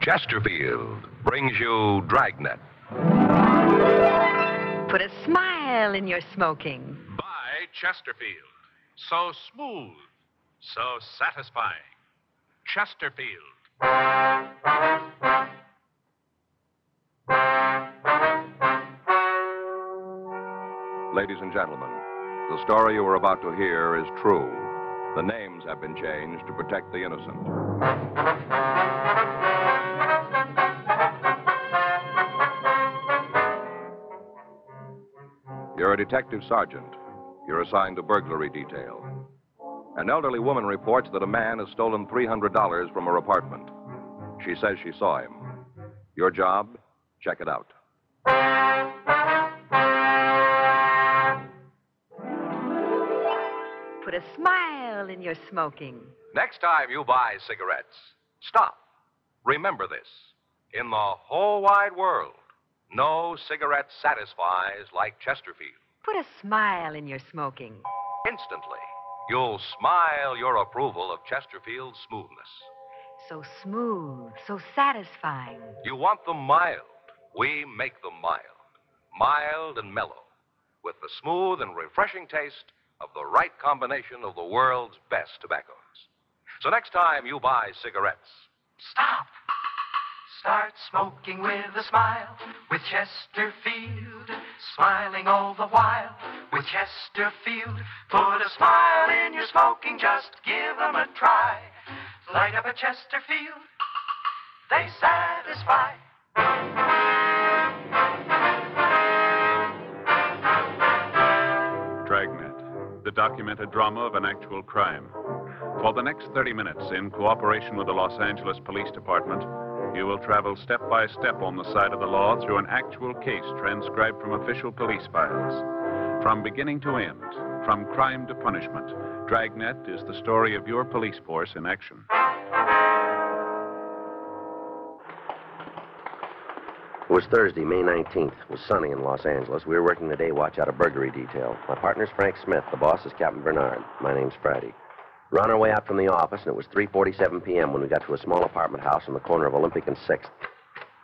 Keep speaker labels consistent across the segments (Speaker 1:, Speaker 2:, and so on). Speaker 1: Chesterfield brings you Dragnet.
Speaker 2: Put a smile in your smoking.
Speaker 3: by Chesterfield. So smooth, so satisfying. Chesterfield.
Speaker 1: Ladies and gentlemen, the story you are about to hear is true. The names have been changed to protect the innocent. You're a detective sergeant. You're assigned to burglary detail. An elderly woman reports that a man has stolen $300 from her apartment. She says she saw him. Your job? Check it out.
Speaker 2: Put a smile in your smoking.
Speaker 1: Next time you buy cigarettes, stop. Remember this. In the whole wide world, no cigarette satisfies like Chesterfield.
Speaker 2: Put a smile in your smoking.
Speaker 1: Instantly, you'll smile your approval of Chesterfield's smoothness.
Speaker 2: So smooth, so satisfying.
Speaker 1: You want them mild. We make them mild. Mild and mellow. With the smooth and refreshing taste of the right combination of the world's best tobaccos. So next time you buy cigarettes,
Speaker 4: Stop. Start smoking with a smile with Chesterfield. Smiling all the while with Chesterfield. Put a smile in your smoking, just give 'em a try. Light up a Chesterfield, they satisfy.
Speaker 5: Dragnet, the documented drama of an actual crime. For the next 30 minutes, in cooperation with the Los Angeles Police Department, you will travel step by step on the side of the law through an actual case transcribed from official police files. From beginning to end, from crime to punishment, Dragnet is the story of your police force in action.
Speaker 6: It was Thursday, May 19th. It was sunny in Los Angeles. We were working the day watch out of burglary detail. My partner's Frank Smith. The boss is Captain Bernard. My name's Friday. We're on our way out from the office, and it was 3.47 p.m. when we got to a small apartment house on the corner of Olympic and 6th.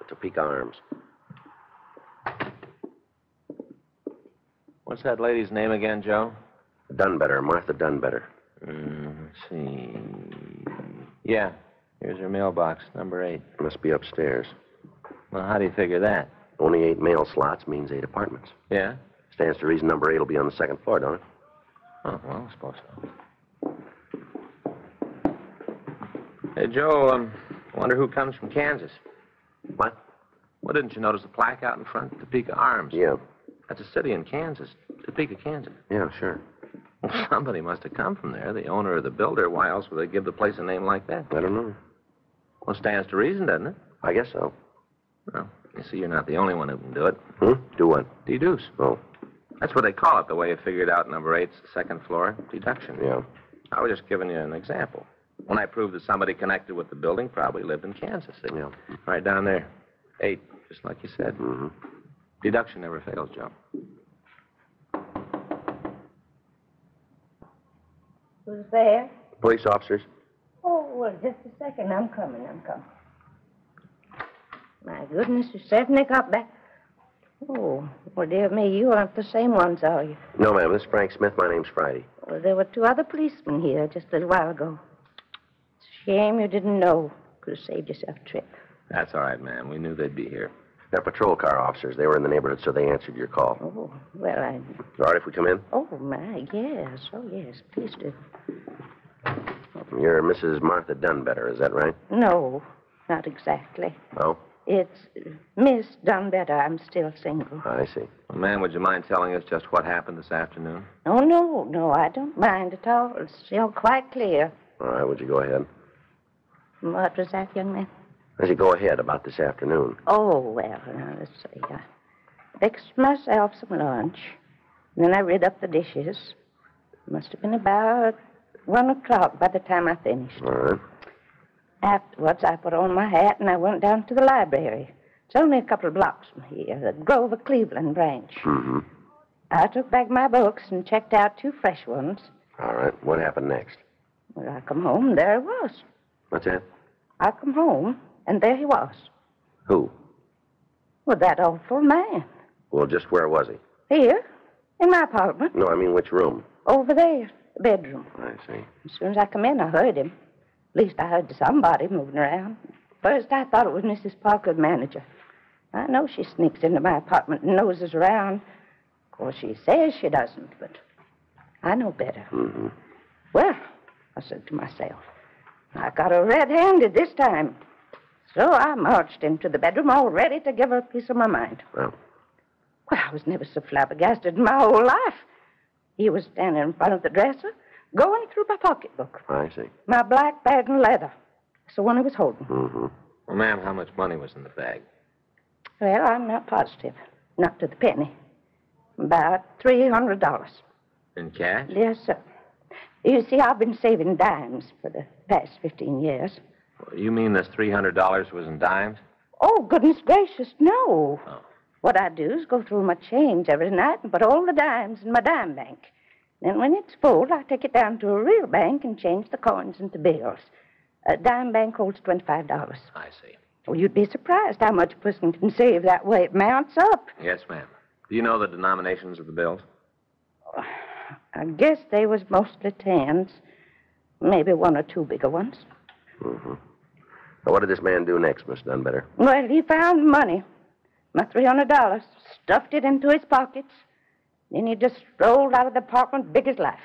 Speaker 6: The Topeka Arms.
Speaker 7: What's that lady's name again, Joe?
Speaker 6: Dunbetter, Martha Dunbetter.
Speaker 7: let's see. Yeah, here's her mailbox, number eight.
Speaker 6: Must be upstairs.
Speaker 7: Well, how do you figure that?
Speaker 6: Only eight mail slots means eight apartments.
Speaker 7: Yeah?
Speaker 6: Stands to reason number eight will be on the second floor, don't it?
Speaker 7: Oh, well, I suppose so. Hey, Joe, um, I wonder who comes from Kansas.
Speaker 6: What?
Speaker 7: Well, didn't you notice the plaque out in front? Topeka Arms.
Speaker 6: Yeah.
Speaker 7: That's a city in Kansas. Topeka, Kansas.
Speaker 6: Yeah, sure.
Speaker 7: Well, somebody must have come from there, the owner or the builder. Why else would they give the place a name like that?
Speaker 6: I don't know.
Speaker 7: Well, stands to reason, doesn't it?
Speaker 6: I guess so.
Speaker 7: Well, you see, you're not the only one who can do it.
Speaker 6: Hmm? Do what?
Speaker 7: Deduce.
Speaker 6: Oh,
Speaker 7: That's what they call it, the way you figured out number eight's second floor deduction.
Speaker 6: yeah.
Speaker 7: I was just giving you an example. When I proved that somebody connected with the building probably lived in Kansas City.
Speaker 6: Yeah.
Speaker 7: Right down there. Eight, just like you said.
Speaker 6: Mm-hmm.
Speaker 7: Deduction never fails, Joe.
Speaker 8: Who's there?
Speaker 6: Police officers.
Speaker 8: Oh, well, just a second. I'm coming. I'm coming. My goodness, you certainly got back. Oh, well, dear me, you aren't the same ones, are you?
Speaker 6: No, ma'am. This is Frank Smith. My name's Friday.
Speaker 8: Well, there were two other policemen here just a little while ago. It's a shame you didn't know. Could have saved yourself a trip.
Speaker 7: That's all right, ma'am. We knew they'd be here.
Speaker 6: They're patrol car officers. They were in the neighborhood, so they answered your call. Is
Speaker 8: Oh, well, I.
Speaker 6: it all right if we come in?
Speaker 8: Oh, my, yes. Oh, yes. Please do.
Speaker 6: You're Mrs. Martha Dunbetter, is that right?
Speaker 8: No, not exactly.
Speaker 6: Oh,
Speaker 8: It's uh, Miss Dunbetter. I'm still single.
Speaker 6: I see.
Speaker 7: Well, ma'am, would you mind telling us just what happened this afternoon?
Speaker 8: Oh, no, no, I don't mind at all. It's still quite clear.
Speaker 6: All right, would you go ahead?
Speaker 8: What was that, young man?
Speaker 6: I said, go ahead about this afternoon.
Speaker 8: Oh, well, now, let's see. I fixed myself some lunch. and Then I rid up the dishes. Must have been about one o'clock by the time I finished.
Speaker 6: All right.
Speaker 8: Afterwards, I put on my hat and I went down to the library. It's only a couple of blocks from here, the Grover Cleveland branch.
Speaker 6: Mm-hmm.
Speaker 8: I took back my books and checked out two fresh ones.
Speaker 6: All right, what happened next?
Speaker 8: When I come home, there it was.
Speaker 6: What's that?
Speaker 8: I come home. And there he was.
Speaker 6: Who?
Speaker 8: Well, that awful man.
Speaker 6: Well, just where was he?
Speaker 8: Here, in my apartment,
Speaker 6: No, I mean which room?
Speaker 8: over there, the bedroom.
Speaker 6: I see.
Speaker 8: As soon as I come in, I heard him. At least I heard somebody moving around. First, I thought it was Mrs. Parker, the manager. I know she sneaks into my apartment and noses around. Of course, she says she doesn't, but I know better.
Speaker 6: Mm-hmm.
Speaker 8: Well, I said to myself, I got her red handed this time. So I marched into the bedroom all ready to give her a piece of my mind.
Speaker 6: Well.
Speaker 8: Well, I was never so flabbergasted in my whole life. He was standing in front of the dresser, going through my pocketbook,
Speaker 6: I see.
Speaker 8: my black bag and leather. That's the one he was holding.
Speaker 6: Mm-hmm.
Speaker 7: Well, ma'am, how much money was in the bag?
Speaker 8: Well, I'm not positive. Not to the penny. About $300.
Speaker 7: In cash?
Speaker 8: Yes, sir. You see, I've been saving dimes for the past 15 years.
Speaker 7: You mean this $300 was in dimes?
Speaker 8: Oh, goodness gracious, no.
Speaker 7: Oh.
Speaker 8: What I do is go through my change every night and put all the dimes in my dime bank. Then when it's full, I take it down to a real bank and change the coins into bills. A dime bank holds $25.
Speaker 7: I see.
Speaker 8: Well, you'd be surprised how much a person can save that way. It mounts up.
Speaker 7: Yes, ma'am. Do you know the denominations of the bills?
Speaker 8: I guess they was mostly tens, maybe one or two bigger ones.
Speaker 6: Mm-hmm. Now, what did this man do next, Miss Dunbetter?
Speaker 8: Well, he found money, my three hundred dollars, stuffed it into his pockets. Then he just strolled out of the apartment big as life.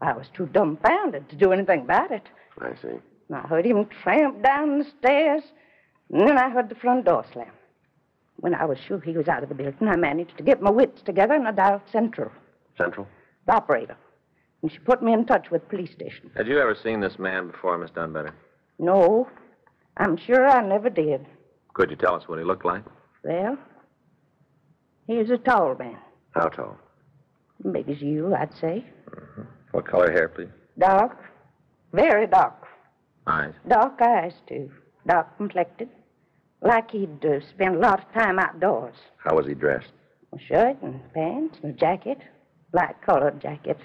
Speaker 8: I was too dumbfounded to do anything about it.
Speaker 6: I see.
Speaker 8: And I heard him tramp down the stairs, and then I heard the front door slam. When I was sure he was out of the building, I managed to get my wits together and I dialed Central,
Speaker 6: Central?
Speaker 8: the operator. And she put me in touch with the police station.
Speaker 7: Had you ever seen this man before, Miss Dunbetter?
Speaker 8: No, I'm sure I never did.
Speaker 7: Could you tell us what he looked like?
Speaker 8: Well, he was a tall man.
Speaker 6: How tall?
Speaker 8: Big as you, I'd say.
Speaker 7: What color hair, please?
Speaker 8: Dark. Very dark.
Speaker 7: Eyes.
Speaker 8: Dark eyes, too. Dark complected. Like he'd uh, spent a lot of time outdoors.
Speaker 6: How was he dressed?
Speaker 8: A shirt and pants and a jacket. Light colored jacket.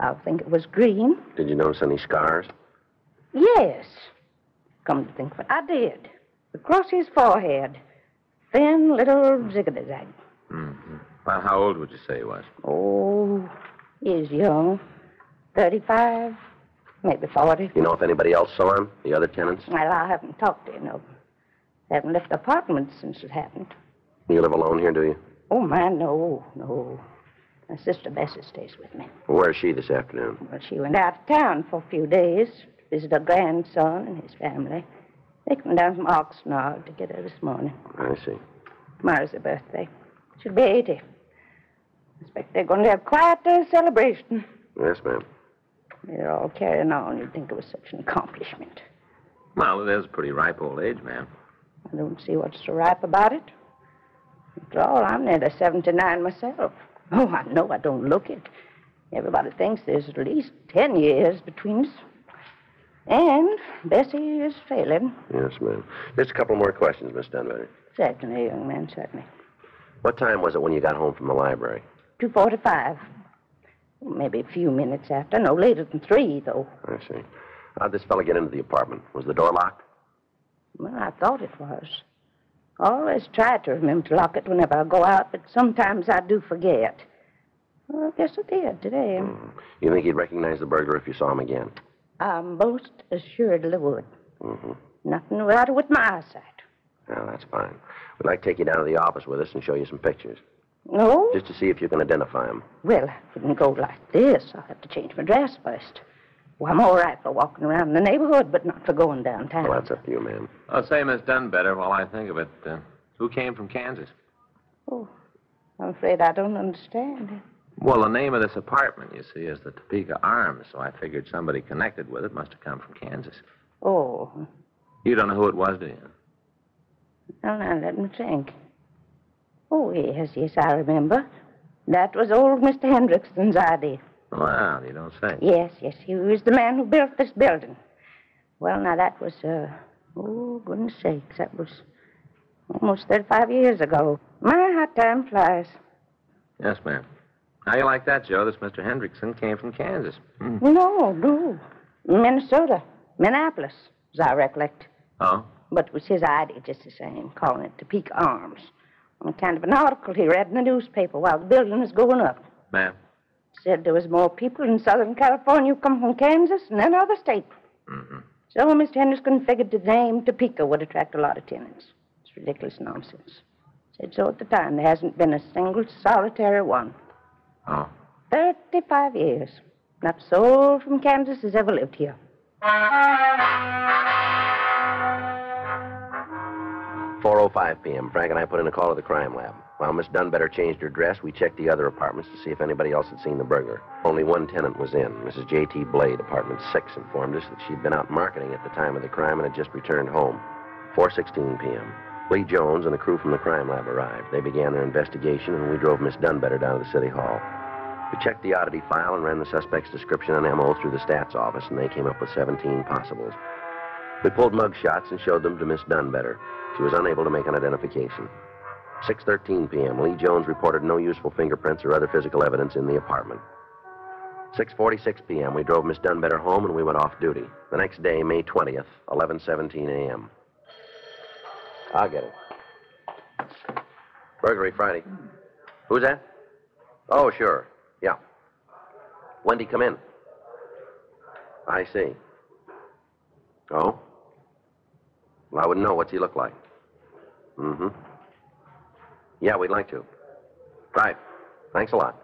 Speaker 8: I think it was green.
Speaker 6: Did you notice any scars?
Speaker 8: Yes. Come to think of it, I did. Across his forehead. Thin little ziggity zag.
Speaker 7: Mm-hmm. Well, how old would you say he was?
Speaker 8: Oh, he's young. 35, maybe 40.
Speaker 6: You know if anybody else saw him? The other tenants?
Speaker 8: Well, I haven't talked to any of them. Haven't left the apartment since it happened.
Speaker 6: You live alone here, do you?
Speaker 8: Oh, my, no, no. My sister Bessie stays with me.
Speaker 6: Where is she this afternoon?
Speaker 8: Well, she went out of town for a few days to visit her grandson and his family. They come down from Oxnard to get her this morning.
Speaker 6: I see.
Speaker 8: Tomorrow's her birthday. She'll be 80. Expect they're going to have quite a celebration.
Speaker 6: Yes, ma'am.
Speaker 8: They're all carrying on. You'd think it was such an accomplishment.
Speaker 7: Well, it is a pretty ripe old age, ma'am.
Speaker 8: I don't see what's so ripe about it. After all, I'm nearly 79 myself. Oh, I know I don't look it. Everybody thinks there's at least 10 years between us. And Bessie is failing.
Speaker 6: Yes, ma'am. Just a couple more questions, Miss Dunbetter.
Speaker 8: Certainly, young man, certainly.
Speaker 6: What time was it when you got home from the library?
Speaker 8: 2.45. Maybe a few minutes after. No later than 3, though.
Speaker 6: I see. How'd this fella get into the apartment? Was the door locked?
Speaker 8: Well, I thought it was. I always try to remember to lock it whenever I go out, but sometimes I do forget. Well, I guess I did today.
Speaker 6: You think he'd recognize the burglar if you saw him again?
Speaker 8: I most assuredly would.
Speaker 6: Mm-hmm.
Speaker 8: Nothing out with my eyesight.
Speaker 6: Well, that's fine. We'd like to take you down to the office with us and show you some pictures,
Speaker 8: No?
Speaker 6: just to see if you can identify him.
Speaker 8: Well, I couldn't go like this. I'll have to change my dress first. Well, I'm all right for walking around the neighborhood, but not for going downtown.
Speaker 6: Well, that's up to you, ma'am.
Speaker 7: I'll say Miss Dunbetter while I think of it. Uh, who came from Kansas?
Speaker 8: Oh, I'm afraid I don't understand it.
Speaker 7: Well, the name of this apartment, you see, is the Topeka Arms, so I figured somebody connected with it must have come from Kansas.
Speaker 8: Oh,
Speaker 7: You don't know who it was, do you?
Speaker 8: well, now let me think. Oh, yes, yes, I remember. That was old Mr. Hendrickson's idea.
Speaker 7: Well, you don't say.
Speaker 8: Yes, yes, he was the man who built this building. Well, now that was, uh, oh, goodness sakes, that was almost 35 years ago. My, how time flies.
Speaker 7: Yes, ma'am. How you like that, Joe? This Mr. Hendrickson came from Kansas. Hmm.
Speaker 8: No, no. Minnesota, Minneapolis, as I recollect.
Speaker 7: Oh?
Speaker 8: But it was his idea just the same, calling it Topeka Arms. On account of an article he read in the newspaper while the building was going up.
Speaker 7: Ma'am.
Speaker 8: Said there was more people in Southern California who come from Kansas than any other state.
Speaker 7: Mm-hmm.
Speaker 8: So Mr. Henderson figured the name Topeka would attract a lot of tenants. It's ridiculous nonsense. Said so at the time. There hasn't been a single solitary one.
Speaker 7: Oh.
Speaker 8: Thirty-five years. Not a soul from Kansas has ever lived here.
Speaker 6: Four oh five p.m. Frank and I put in a call to the crime lab. While Miss Dunbetter changed her dress, we checked the other apartments to see if anybody else had seen the burglar. Only one tenant was in. Mrs. J.T. Blade, apartment six, informed us that she'd been out marketing at the time of the crime and had just returned home. 4:16 p.m. Lee Jones and a crew from the crime lab arrived. They began their investigation, and we drove Miss Dunbetter down to the city hall. We checked the oddity file and ran the suspect's description and MO through the stats office, and they came up with 17 possibles. We pulled mug shots and showed them to Miss Dunbetter. She was unable to make an identification. 6:13 p.m. Lee Jones reported no useful fingerprints or other physical evidence in the apartment. 6:46 p.m. we drove Miss Dunbetter home and we went off duty. The next day, May 20th, 11:17 a.m. I'll get it. Burglary Friday. Who's that? Oh, sure. Yeah. Wendy, come in? I see. Oh? Well, I wouldn't know. What's he look like? Mm-hmm. Yeah, we'd like to. Right. Thanks a lot.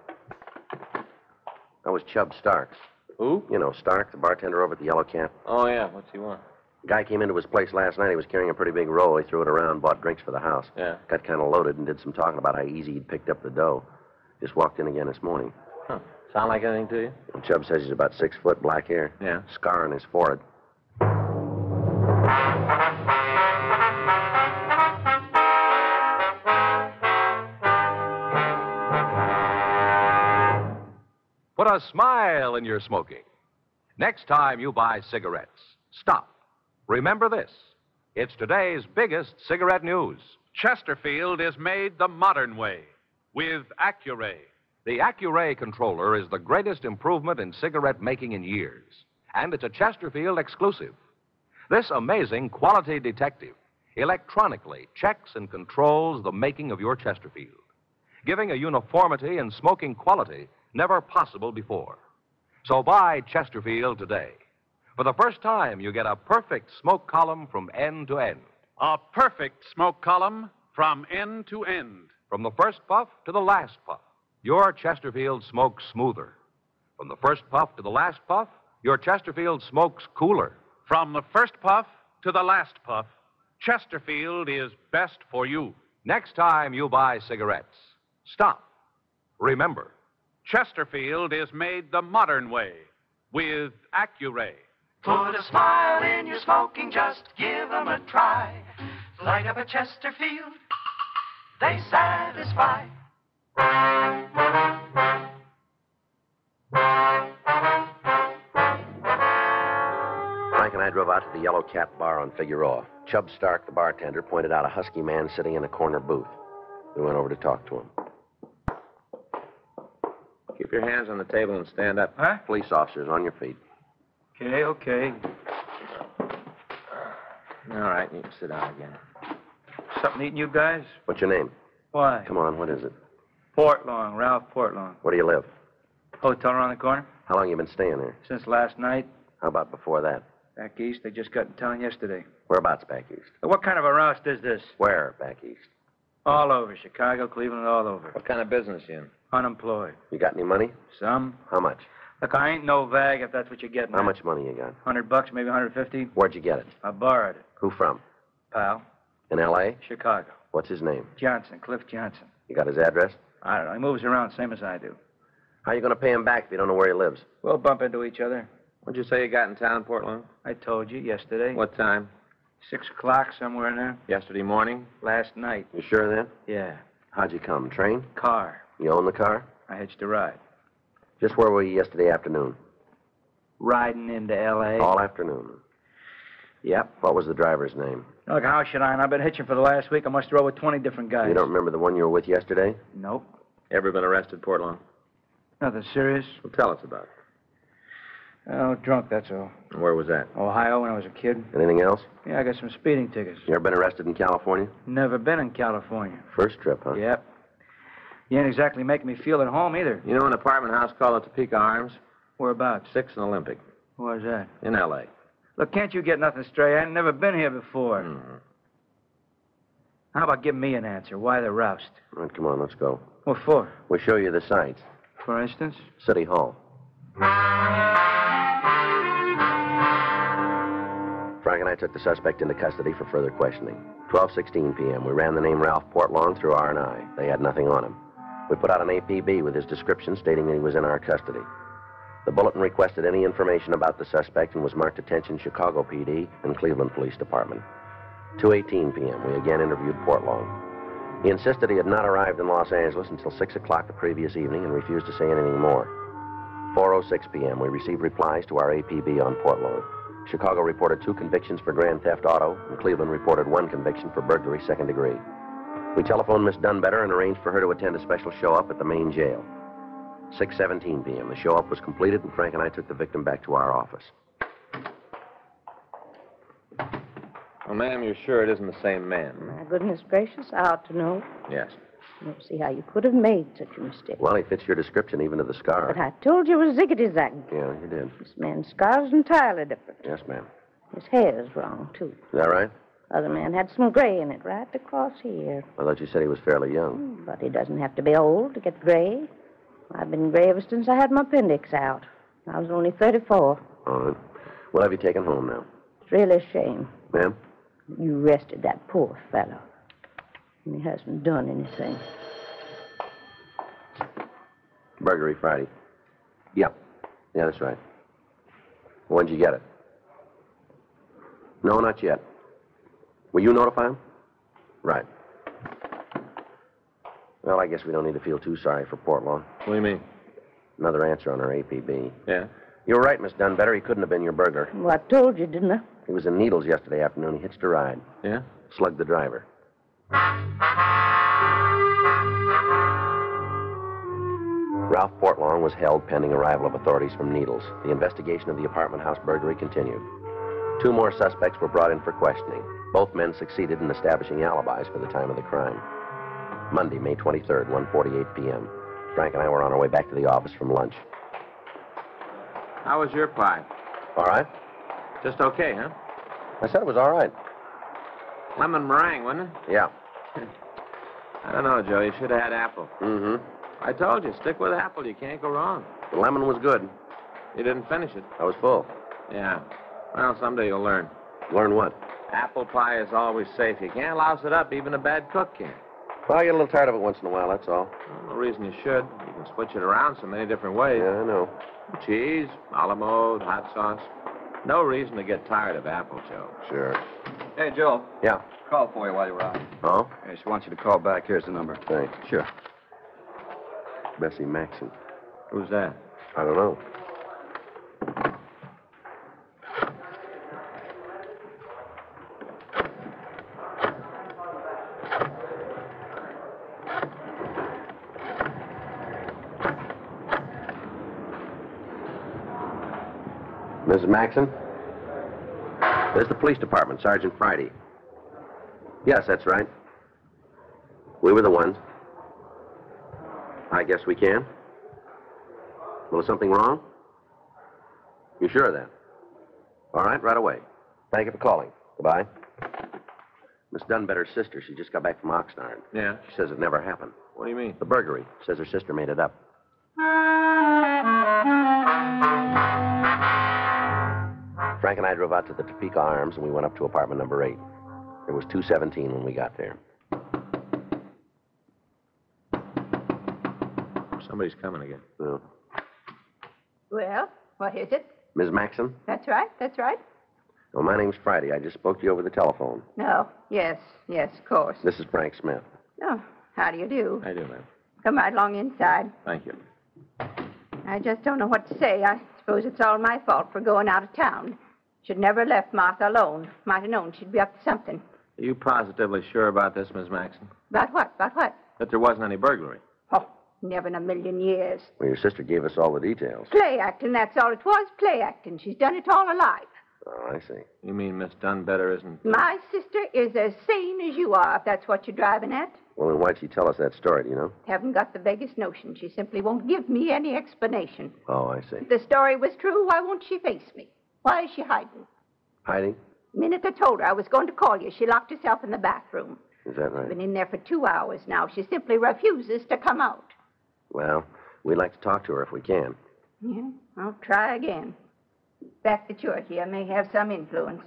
Speaker 6: That was Chubb Starks.
Speaker 7: Who?
Speaker 6: You know, Stark, the bartender over at the Yellow Cat.
Speaker 7: Oh, yeah. What's he want?
Speaker 6: Guy came into his place last night. He was carrying a pretty big roll. He threw it around, bought drinks for the house.
Speaker 7: Yeah.
Speaker 6: Got kind of loaded and did some talking about how easy he'd picked up the dough. Just walked in again this morning.
Speaker 7: Huh. Sound like anything to you?
Speaker 6: And Chubb says he's about six foot, black hair.
Speaker 7: Yeah.
Speaker 6: Scar on his forehead.
Speaker 1: Put a smile in your smoking. Next time you buy cigarettes, stop. Remember this it's today's biggest cigarette news.
Speaker 3: Chesterfield is made the modern way with Accuray.
Speaker 1: The Accuray controller is the greatest improvement in cigarette making in years, and it's a Chesterfield exclusive. This amazing quality detective electronically checks and controls the making of your Chesterfield, giving a uniformity and smoking quality never possible before. So buy Chesterfield today. For the first time, you get a perfect smoke column from end to end,
Speaker 3: A perfect smoke column from end to end.
Speaker 1: from the first puff to the last puff. Your Chesterfield smokes smoother. From the first puff to the last puff, your Chesterfield smokes cooler.
Speaker 3: From the first puff to the last puff, Chesterfield is best for you.
Speaker 1: Next time you buy cigarettes, stop. Remember,
Speaker 3: Chesterfield is made the modern way with Accuray.
Speaker 4: Put a smile in your smoking, just give 'em a try. Light up a Chesterfield, they satisfy.
Speaker 6: Frank and I drove out to the Yellow Cat bar on Figueroa. Chubb Stark, the bartender, pointed out a husky man sitting in a corner booth. We went over to talk to him.
Speaker 7: Keep your hands on the table and stand up.
Speaker 9: Huh?
Speaker 6: Police officers on your feet.
Speaker 9: Okay, okay.
Speaker 7: All right, you can sit down again.
Speaker 9: Something eating you guys?
Speaker 6: What's your name?
Speaker 9: Why?
Speaker 6: Come on, what is it?
Speaker 9: Portlong, Ralph Portlong.
Speaker 6: Where do you live?
Speaker 9: Hotel around the corner?
Speaker 6: How long you been staying there?
Speaker 9: Since last night.
Speaker 6: How about before that?
Speaker 9: Back east, they just got in town yesterday.
Speaker 6: Whereabouts back east?
Speaker 9: What kind of a roust is this?
Speaker 6: Where back east?
Speaker 9: All over. Chicago, Cleveland, all over.
Speaker 7: What kind of business you in?
Speaker 9: Unemployed.
Speaker 6: You got any money?
Speaker 9: Some.
Speaker 6: How much?
Speaker 9: Look, I ain't no vag if that's what you're getting.
Speaker 6: How much money you got?
Speaker 9: 100 bucks, maybe 150.
Speaker 6: Where'd you get it?
Speaker 9: I borrowed it,
Speaker 6: Who from?
Speaker 9: pal.
Speaker 6: In L.A.?
Speaker 9: Chicago.
Speaker 6: What's his name?
Speaker 9: Johnson, Cliff Johnson.
Speaker 6: You got his address?
Speaker 9: I don't know. He moves around same as I do.
Speaker 6: How you going to pay him back if you don't know where he lives?
Speaker 9: We'll bump into each other.
Speaker 7: What'd you say you got in town, Portland?
Speaker 9: I told you yesterday.
Speaker 7: What time?
Speaker 9: Six o'clock, somewhere in there.
Speaker 7: Yesterday morning?
Speaker 9: Last night.
Speaker 6: You sure of that?
Speaker 9: Yeah.
Speaker 6: How'd you come? Train?
Speaker 9: Car.
Speaker 6: You own the car?
Speaker 9: I hitched a ride.
Speaker 6: Just where were you yesterday afternoon?
Speaker 9: Riding into L.A.
Speaker 6: All afternoon.
Speaker 9: Yep.
Speaker 6: What was the driver's name?
Speaker 9: Look, how should I? And I've been hitching for the last week. I must have rode with 20 different guys.
Speaker 6: You don't remember the one you were with yesterday?
Speaker 9: Nope.
Speaker 7: Ever been arrested, Portland?
Speaker 9: Nothing serious.
Speaker 7: Well, tell us about it.
Speaker 9: Oh, drunk, that's all.
Speaker 6: Where was that?
Speaker 9: Ohio when I was a kid.
Speaker 6: Anything else?
Speaker 9: Yeah, I got some speeding tickets.
Speaker 6: You ever been arrested in California?
Speaker 9: Never been in California.
Speaker 6: First trip, huh?
Speaker 9: Yep. You ain't exactly making me feel at home either.
Speaker 7: You know an apartment house called the Topeka Arms?
Speaker 9: Whereabouts?
Speaker 7: Six and Olympic
Speaker 9: Where's that?
Speaker 7: in L.A.
Speaker 9: Look, can't you get nothing straight? I ain't never been here before.
Speaker 7: Hmm.
Speaker 9: How about give me an answer? Why the roust?
Speaker 6: All right, come on, let's go.
Speaker 9: What for?
Speaker 6: We'll show you the sights.
Speaker 9: For instance?
Speaker 6: City Hall. Frank and I took the suspect into custody for further questioning. 12:16 p.m. We ran the name Ralph Portlong through R&I. They had nothing on him. We put out an APB with his description stating that he was in our custody. The bulletin requested any information about the suspect and was marked attention Chicago PD and Cleveland Police Department. 2:18 p.m. We again interviewed Portlong. He insisted he had not arrived in Los Angeles until 6 o'clock the previous evening and refused to say anything more. 4.06 p.m., we received replies to our APB on Portland. Chicago reported two convictions for grand theft auto, and Cleveland reported one conviction for burglary second degree. We telephoned Miss Dunbetter and arranged for her to attend a special show-up at the main jail. 6.17 p.m., the show-up was completed, and Frank and I took the victim back to our office.
Speaker 7: Well, Oh, ma'am, you're sure it isn't the same man?
Speaker 8: My goodness gracious, I ought to know.
Speaker 7: Yes.
Speaker 8: I don't see how you could have made such a mistake.
Speaker 6: Well, he fits your description even to the
Speaker 8: But
Speaker 6: scar.
Speaker 8: I told you it was ziggity zag.
Speaker 6: Yeah, you did.
Speaker 8: This man's scar's entirely different.
Speaker 6: Yes, ma'am.
Speaker 8: His hair's wrong, too.
Speaker 6: Is that right?
Speaker 8: Other man had some gray in it right across here.
Speaker 6: I thought you said he was fairly young.
Speaker 8: But he doesn't have to be old to get gray. I've been gray ever since I had my appendix out. I was only 34.
Speaker 6: All right. We'll have you taken home now.
Speaker 8: It's really a shame.
Speaker 6: Ma'am?
Speaker 8: You arrested that poor fellow. And he hasn't done anything.
Speaker 6: Burglary Friday. Yep. Yeah, that's right. When'd you get it? No, not yet. Will you notify him? Right. Well, I guess we don't need to feel too sorry for Portlaw.
Speaker 7: What do you mean?
Speaker 6: Another answer on our APB.
Speaker 7: Yeah?
Speaker 6: You're right, Miss Dunbetter. He couldn't have been your burglar.
Speaker 8: Well, I told you, didn't I?
Speaker 6: He was in Needles yesterday afternoon. He hitched a ride,
Speaker 7: Yeah?
Speaker 6: slugged the driver. Ralph Portlong was held pending arrival of authorities from Needles. The investigation of the apartment house burglary continued. Two more suspects were brought in for questioning. Both men succeeded in establishing alibis for the time of the crime. Monday, May 23rd, 1:48 p.m. Frank and I were on our way back to the office from lunch.
Speaker 7: How was your pie?
Speaker 6: All right?
Speaker 7: Just okay, huh?
Speaker 6: I said it was all right.
Speaker 7: Lemon meringue, wasn't it?
Speaker 6: Yeah.
Speaker 7: I don't know, Joe. You should have had apple.
Speaker 6: Mm-hmm.
Speaker 7: I told you, stick with apple. You can't go wrong.
Speaker 6: The lemon was good.
Speaker 7: You didn't finish it.
Speaker 6: I was full.
Speaker 7: Yeah. Well, someday you'll learn.
Speaker 6: Learn what?
Speaker 7: Apple pie is always safe. You can't louse it up. Even a bad cook can.
Speaker 6: Well, I get a little tired of it once in a while, that's all.
Speaker 7: Well, no reason you should. You can switch it around so many different ways.
Speaker 6: Yeah, I know.
Speaker 7: Cheese, a la mode, hot sauce. No reason to get tired of apple, Joe.
Speaker 6: Sure.
Speaker 9: Hey, Joe.
Speaker 6: Yeah.
Speaker 9: Call for you while you're out.
Speaker 6: Oh?
Speaker 9: Hey, she wants you to call back. Here's the number.
Speaker 6: Thanks.
Speaker 9: Sure.
Speaker 6: Bessie Maxon.
Speaker 7: Who's that?
Speaker 6: I don't know. Mrs. Maxon? There's the police department, Sergeant Friday. Yes, that's right. We were the ones. I guess we can. Well, is something wrong? You sure of that? All right, right away. Thank you for calling. Goodbye. Miss Dunbetter's sister, she just got back from Oxnard.
Speaker 7: Yeah.
Speaker 6: She says it never happened.
Speaker 7: What do you mean?
Speaker 6: The burglary. Says her sister made it up. Frank and I drove out to the Topeka Arms and we went up to apartment number eight. It was 217 when we got there.
Speaker 7: Somebody's coming again.
Speaker 6: Uh,
Speaker 10: Well, what is it?
Speaker 6: Ms. Maxon?
Speaker 10: That's right, that's right.
Speaker 6: Well, my name's Friday. I just spoke to you over the telephone.
Speaker 10: No, yes, yes, of course.
Speaker 6: This is Frank Smith.
Speaker 10: Oh, how do you do?
Speaker 7: I do, ma'am.
Speaker 10: Come right along inside.
Speaker 7: Thank you.
Speaker 10: I just don't know what to say. I suppose it's all my fault for going out of town. Should never have left Martha alone. Might have known she'd be up to something.
Speaker 7: Are you positively sure about this, Miss Maxon?
Speaker 10: About what? About what?
Speaker 7: That there wasn't any burglary?
Speaker 10: Oh, Never in a million years.
Speaker 6: Well, your sister gave us all the details.
Speaker 10: Play acting, that's all it was, play acting. She's done it all her life.
Speaker 6: Oh, I see.
Speaker 7: You mean Miss Dunbetter isn't.
Speaker 10: My sister is as sane as you are, if that's what you're driving at.
Speaker 6: Well, then why'd she tell us that story, do you know?
Speaker 10: Haven't got the vaguest notion. She simply won't give me any explanation.
Speaker 6: Oh, I see.
Speaker 10: If the story was true, why won't she face me? Why is she hiding?
Speaker 6: Hiding?
Speaker 10: Minute I told her I was going to call you, she locked herself in the bathroom.
Speaker 6: Is that right?
Speaker 10: Been in there for two hours now. She simply refuses to come out.
Speaker 6: Well, we'd like to talk to her if we can.
Speaker 10: Yeah, I'll try again. Back to church here may have some influence.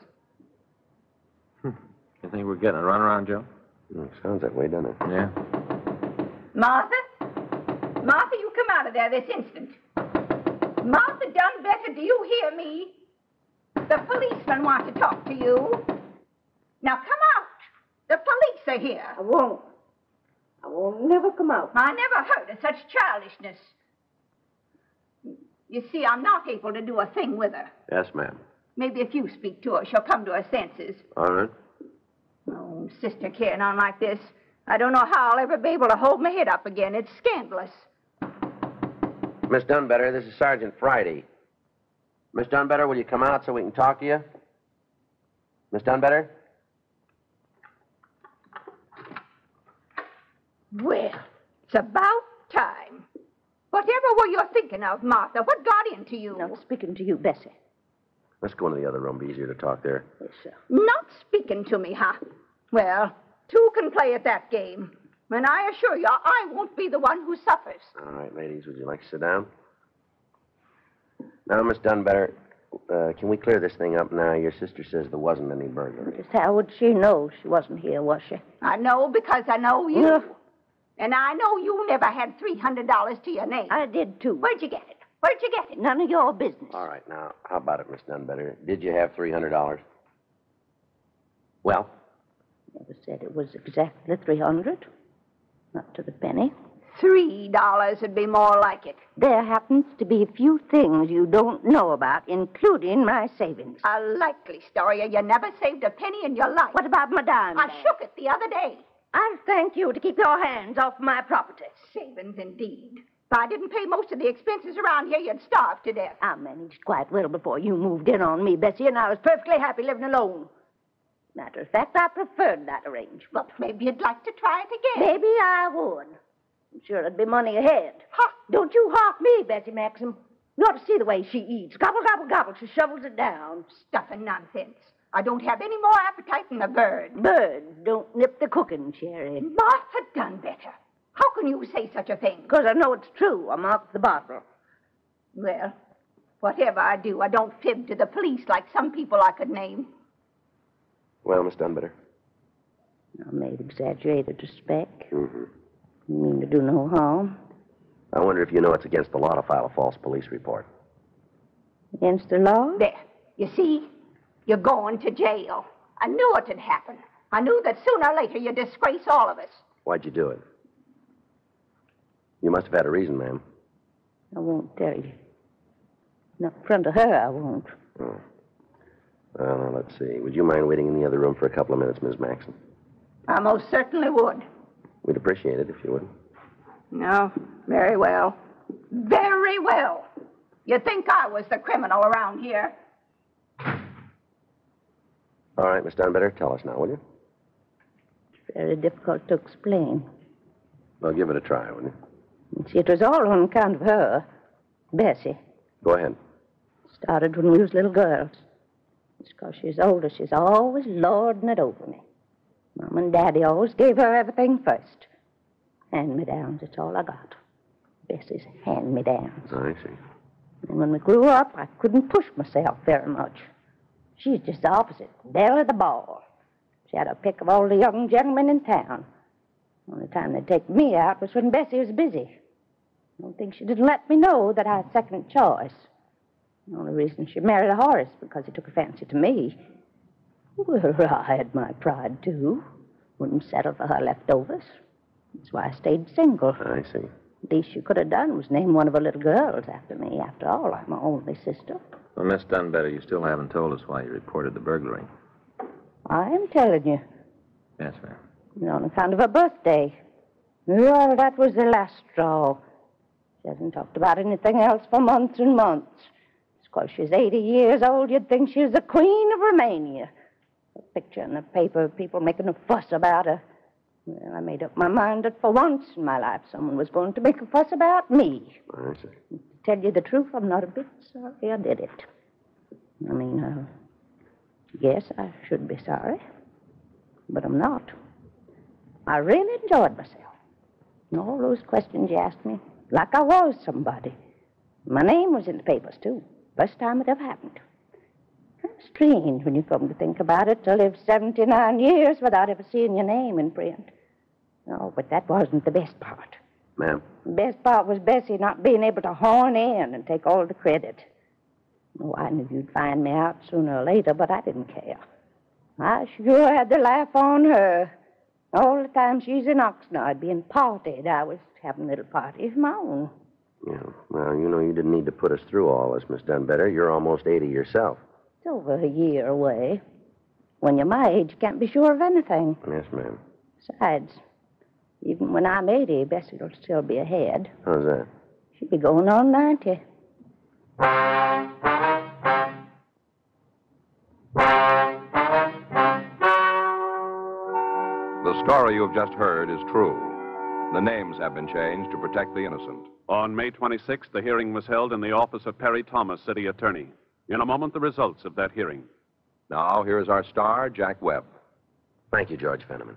Speaker 7: You think we're getting a runaround, Joe?
Speaker 6: Hmm, sounds that way, doesn't it?
Speaker 7: Yeah.
Speaker 10: Martha? Martha, you come out of there this instant. Martha Dunbetter, do you hear me? The policemen want to talk to you. Now come out. The police are here. I won't. I will never come out. I never heard of such childishness. You see, I'm not able to do a thing with her.
Speaker 6: Yes, ma'am.
Speaker 10: Maybe if you speak to her, she'll come to her senses.
Speaker 6: All right.
Speaker 10: Oh, sister carrying on like this. I don't know how I'll ever be able to hold my head up again. It's scandalous.
Speaker 6: Miss Dunbetter, this is Sergeant Friday. Miss Dunbetter, will you come out so we can talk to you? Miss Dunbetter?
Speaker 10: Well, it's about time. Whatever were you thinking of, Martha? What got into you? Not
Speaker 8: speaking to you, Bessie.
Speaker 6: Let's go into the other room. Be easier to talk there.
Speaker 8: Yes, sir.
Speaker 10: Not speaking to me, huh? Well, two can play at that game. And I assure you, I won't be the one who suffers.
Speaker 6: All right, ladies, would you like to sit down? Now, Miss Dunbetter, uh, can we clear this thing up now? Your sister says there wasn't any burglary.
Speaker 8: Just how would she know she wasn't here, was she?
Speaker 10: I know because I know you.
Speaker 8: Yeah.
Speaker 10: And I know you never had $300 to your name.
Speaker 8: I did, too.
Speaker 10: Where'd you get it? Where'd you get it? Ah.
Speaker 8: None of your business.
Speaker 6: All right, now, how about it, Miss Dunbetter? Did you have $300? Well,
Speaker 8: Never said it was exactly 300. Not to the penny.
Speaker 10: Three dollars would be more like it.
Speaker 8: There happens to be a few things you don't know about, including my savings.
Speaker 10: A likely story, or you never saved a penny in your life.
Speaker 8: What about my dime?
Speaker 10: I
Speaker 8: bag?
Speaker 10: shook it the other day.
Speaker 8: I'll thank you to keep your hands off my property.
Speaker 10: Savings, indeed. If I didn't pay most of the expenses around here, you'd starve to death.
Speaker 8: I managed quite well before you moved in on me, Bessie, and I was perfectly happy living alone. Matter of fact, I preferred that arrangement.
Speaker 10: Maybe you'd like to try it again.
Speaker 8: Maybe I would. I'm sure it'd be money ahead.
Speaker 10: Ha!
Speaker 8: Don't you hark me, Bessie Maxim. You ought to see the way she eats. Gobble, gobble, gobble. She shovels it down.
Speaker 10: Stuff and nonsense. I don't have any more appetite than a bird.
Speaker 8: Birds don't nip the cooking, Sherry.
Speaker 10: Hmm? Martha Dunbetter, how can you say such a thing?
Speaker 8: Because I know it's true. I'm off the bottle.
Speaker 10: Well, whatever I do, I don't fib to the police like some people I could name.
Speaker 6: well, Miss Dunbetter.
Speaker 8: I made exaggerated respect.
Speaker 6: Mm-hmm.
Speaker 8: You mean to do no harm?
Speaker 6: I wonder if you know it's against the law to file a false police report.
Speaker 8: Against the law?
Speaker 10: There, you see, you're going to jail. I knew it would happen. I knew that sooner or later you'd disgrace all of us.
Speaker 6: Why'd you do it? You must have had a reason, ma'am.
Speaker 8: I won't tell you. Not in front of her, I won't.
Speaker 6: Oh. Well, now, let's see. Would you mind waiting in the other room for a couple of minutes, Miss Maxon?
Speaker 10: I most certainly would.
Speaker 6: We'd appreciate it if you would.
Speaker 10: No, very well. Very well. You'd think I was the criminal around here.
Speaker 6: All right, Miss Dunbetter, tell us now, will you?
Speaker 8: Very difficult to explain.
Speaker 6: Well, give it a try, will you?
Speaker 8: You See, it was all on account of her, Bessie.
Speaker 6: Go ahead.
Speaker 8: Started when we was little girls. It's 'cause she's older. She's always lording it over me. Mom and Daddy always gave her everything first. Hand-me-downs, it's all I got. Bessie's hand-me-downs.
Speaker 6: I see.
Speaker 8: And when we grew up, I couldn't push myself very much. She's just the opposite, barely the ball. She had a pick of all the young gentlemen in town. Only time they'd take me out was when Bessie was busy. I don't think she didn't let me know that I was second choice. The only reason she married Horace because he took a fancy to me. Well, I had my pride too. Wouldn't settle for her leftovers. That's why I stayed single.
Speaker 6: I see.
Speaker 8: least she could have done was name one of her little girls after me. After all, I'm her only sister.
Speaker 7: Well, Miss Dunbetter, you still haven't told us why you reported the burglary.
Speaker 8: I'm telling you,
Speaker 7: Yes, ma'am.
Speaker 8: you know, on account of her birthday. Well, that was the last straw. She hasn't talked about anything else for months and months. Of course, she's 80 years old. You'd think she was the queen of Romania. A picture in the paper, people making a fuss about her. Well, I made up my mind that for once in my life someone was going to make a fuss about me.
Speaker 6: I see.
Speaker 8: To tell you the truth, I'm not a bit sorry I did it. I mean, uh, yes, I should be sorry, but I'm not. I really enjoyed myself. And all those questions you asked me, like I was somebody. My name was in the papers, too. First time it ever happened. Kind of strange when you come to think about it, to live 79 years without ever seeing your name in print. No, but that wasn't the best part.
Speaker 6: Ma'am,
Speaker 8: Best part was Bessie not being able to horn in and take all the credit. Oh, I knew you'd find me out sooner or later, but I didn't care. I sure had the laugh on her. All the time she's in Oxnard being partied, I was having little parties of my own.
Speaker 6: yeah. Well, you know, you didn't need to put us through all this, Miss Dunbetter. You're almost 80 yourself.
Speaker 8: It's over a year away. When you're my age, you can't be sure of anything.
Speaker 6: Yes, ma'am.
Speaker 8: Besides, even when I'm 80, Bessie will still be ahead.
Speaker 6: How's that?
Speaker 8: She'll be going on 90.
Speaker 1: The story you have just heard is true. The names have been changed to protect the innocent.
Speaker 5: On May 26th, the hearing was held in the office of Perry Thomas, city attorney. In a moment, the results of that hearing.
Speaker 1: Now, here is our star, Jack Webb.
Speaker 6: Thank you, George Fenneman.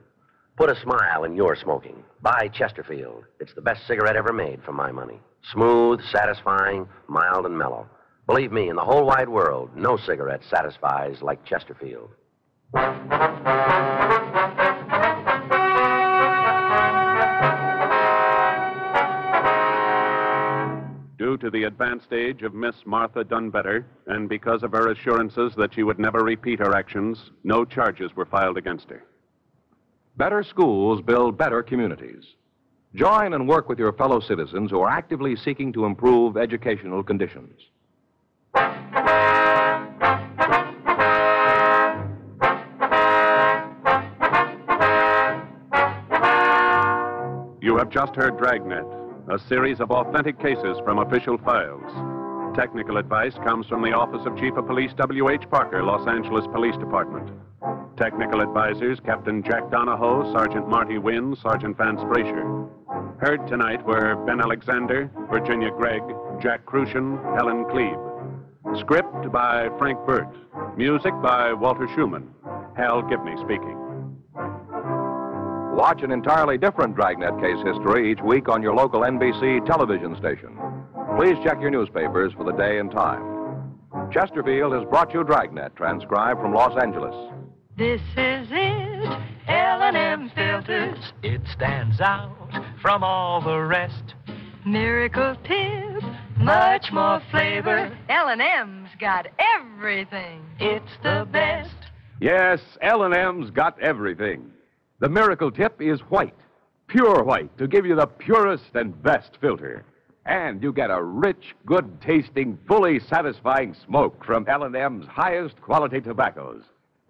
Speaker 6: Put a smile in your smoking. Buy Chesterfield. It's the best cigarette ever made for my money. Smooth, satisfying, mild, and mellow. Believe me, in the whole wide world, no cigarette satisfies like Chesterfield.
Speaker 5: Due to the advanced age of Miss Martha Dunbetter, and because of her assurances that she would never repeat her actions, no charges were filed against her.
Speaker 1: Better schools build better communities. Join and work with your fellow citizens who are actively seeking to improve educational conditions.
Speaker 5: You have just heard Dragnet, a series of authentic cases from official files. Technical advice comes from the Office of Chief of Police W.H. Parker, Los Angeles Police Department. Technical advisors Captain Jack Donahoe, Sergeant Marty Wynn, Sergeant Vance Brasher. Heard tonight were Ben Alexander, Virginia Gregg, Jack Crucian, Helen Klebe. Script by Frank Burt. Music by Walter Schumann. Hal Gibney speaking.
Speaker 1: Watch an entirely different Dragnet case history each week on your local NBC television station. Please check your newspapers for the day and time. Chesterfield has brought you Dragnet, transcribed from Los Angeles.
Speaker 2: This is it, L&M filters. It stands out from all the rest.
Speaker 10: Miracle Pip, much more flavor. L&M's got everything. It's the best.
Speaker 11: Yes, L&M's got everything. The miracle tip is white, pure white, to give you the purest and best filter. And you get a rich, good-tasting, fully satisfying smoke from L&M's highest quality tobaccos.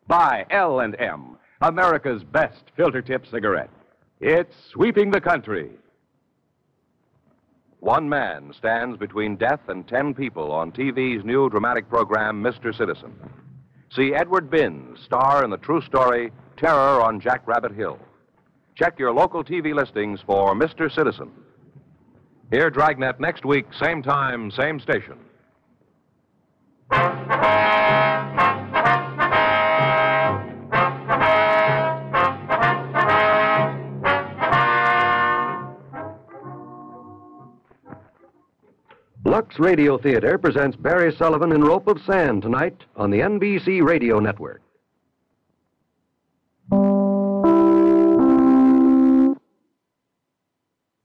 Speaker 11: Buy L&M, America's best filter tip cigarette. It's sweeping the country.
Speaker 1: One man stands between death and ten people on TV's new dramatic program, Mr. Citizen. See Edward Binns, star in the true story Terror on Jackrabbit Hill. Check your local TV listings for Mr. Citizen. Hear Dragnet next week, same time, same station.
Speaker 12: Lux Radio Theater presents Barry Sullivan in Rope of Sand tonight on the NBC Radio Network.